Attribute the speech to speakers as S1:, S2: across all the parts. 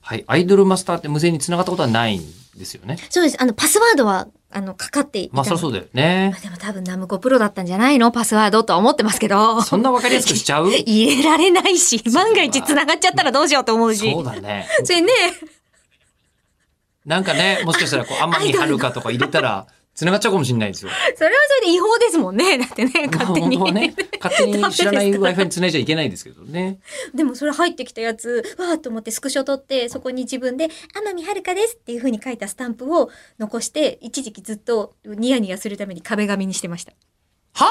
S1: はい。アイドルマスターって無線に繋がったことはないんですよね。
S2: そうです。あの、パスワードは、あの、かかっていたの。
S1: まあ、そりゃそうだよね
S2: ま。あでも多分ナムコプロだったんじゃないのパスワードとは思ってますけど。
S1: そんなわかりやすくしち ゃう
S2: 入れられないし、万が一繋がっちゃったらどうしようと思うし。
S1: そうだね。
S2: それね、
S1: なんかね、もしかしたら、こう、天海遥かとか入れたら、繋がっちゃうかもしれないですよ。
S2: それはそれで違法ですもんね。だ ってね、勝手に。
S1: まあ本当はね、勝手に知らない Wi-Fi に繋いじゃいけないですけどね。
S2: でもそれ入ってきたやつ、わーっと思ってスクショ取って、そこに自分で、天海遥ですっていう風に書いたスタンプを残して、一時期ずっとニヤニヤするために壁紙にしてました。
S1: は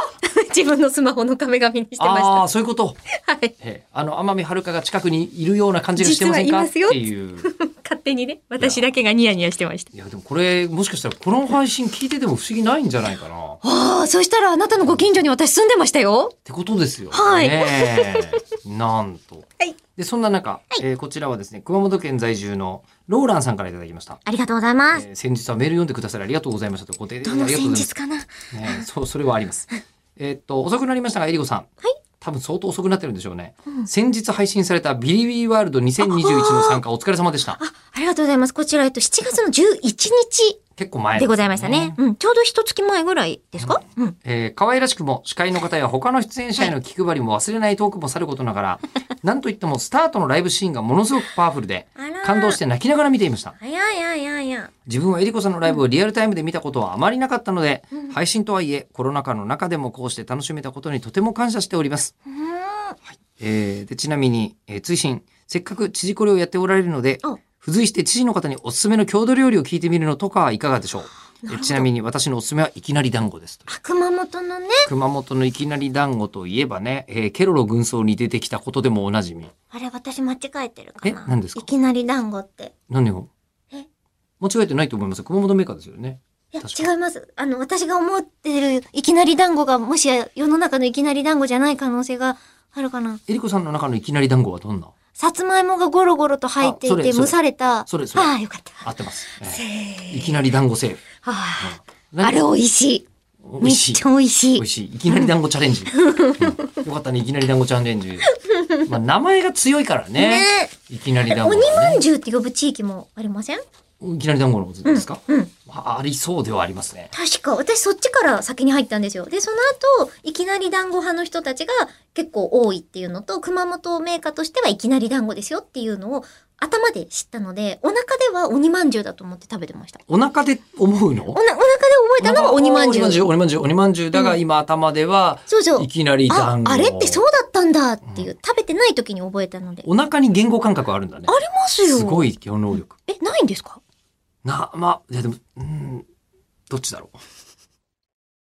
S2: 自分のスマホの壁紙にしてました。
S1: ああ、そういうこと。
S2: はい。
S1: ええあの、天海遥が近くにいるような感じがしてません
S2: 実は
S1: かっ
S2: います
S1: て
S2: よ
S1: いう。
S2: 勝手にね、私だけがニヤニヤしてました。
S1: いや、でもこれ、もしかしたら、この配信聞いてても不思議ないんじゃないかな。っ
S2: ああ、そしたらあなたのご近所に私住んでましたよ。
S1: てことですよ。
S2: はい
S1: ねえ なんと。
S2: はい
S1: で、そんな中、えーこちらはですね、熊本県在住のローランさんからいただきました。
S2: ありがとうございます。
S1: えー先日はメール読んでくださりありがとうございましたとご丁寧に
S2: ど
S1: あ
S2: の
S1: りがとう
S2: 先
S1: ございます
S2: 日。かな
S1: ね、そうそれはあり ます。えーっと遅くなりましたがえりこさん、多分相当遅くなってるんでしょうね。先日配信されたビリビリワールド2021の参加お疲れ様でした。
S2: ありがとうございます。こちら、えっと、7月の11日
S1: 結構前す
S2: でございましたね。うん、ちょうど一月前ぐらいですかうん。
S1: えー可愛らしくも司会の方や他の出演者への気配りも忘れないトークもさることな がら、なんといってもスタートのライブシーンがものすごくパワフルで
S2: あらー
S1: 感動して泣きながら見ていました。
S2: あやいやいやいや。
S1: 自分はえりこさんのライブをリアルタイムで見たことはあまりなかったので、配信とはいえコロナ禍の中でもこうして楽しめたことにとても感謝しております。
S2: うーん。
S1: えーでちなみに、えー追伸せっかく知事これをやっておられるので
S2: お
S1: 付随して知事の方におすすめの郷土料理を聞いてみるのとかはいかがでしょうえーちなみに私のおすすめはいきなり団子ですと
S2: あ熊本のね、
S1: 熊本のいきなり団子といえばね、えーケロロ軍曹に出てきたことでもおなじみ
S2: あれ私間違えてるかな。
S1: え何ですか
S2: いきなり団子って。
S1: 何を
S2: え
S1: 間違えてないと思います熊本メーカーですよね
S2: いや、
S1: 確か
S2: 違います。あの、私が思ってるいきなり団子が、もしや世の中のいきなり団子じゃない可能性があるかな。
S1: えりこさんの中のいきなり団子はどんな
S2: さつまいもがゴロゴロと入ってい
S1: あそれ
S2: て、
S1: それ
S2: 蒸された。
S1: それそれ
S2: ああ、よかった。
S1: 合ってます、えー
S2: せ
S1: い
S2: ー。
S1: きなり団子セーフ
S2: はあ。
S1: 何
S2: あれ美味しい。
S1: 美
S2: めっ
S1: 味しい
S2: ちゃ美味しい
S1: 美味。しい。いきなり団子チャレン ジ。うんよかったね、いきなり団子チャレンジ。まあ、名前が強いからね。
S2: ね
S1: いきなり団子
S2: 鬼
S1: は
S2: ま
S1: ね
S2: ん。じゅうって呼ぶ地域もありません
S1: いきなり団子のことですか、
S2: うん。
S1: まあ、ありそうではありますね。
S2: 確か、私そっちから先に入ったんですよ。で、その後、いきなり団子派の人たちが結構多いっていうのと、熊本メーカーとしてはいきなり団子ですよっていうのを頭で知ったので、お腹では鬼まんじゅうだと思って食べてました。
S1: お腹で思うの
S2: おなお腹で覚えたのが鬼まんじゅう。
S1: う。鬼まんじゅう、鬼まんじゅう。だが、今頭では、
S2: そうそ。
S1: いうきなり
S2: あ
S1: 団、子。
S2: あれってそうだったんだっていう、食べてない時に覚えたので。
S1: お腹に言語感覚あるんだね。
S2: ありますよ。
S1: すごい基本能力。
S2: え、ないんですか
S1: な、まあ、いやでも、うん、どっちだろう。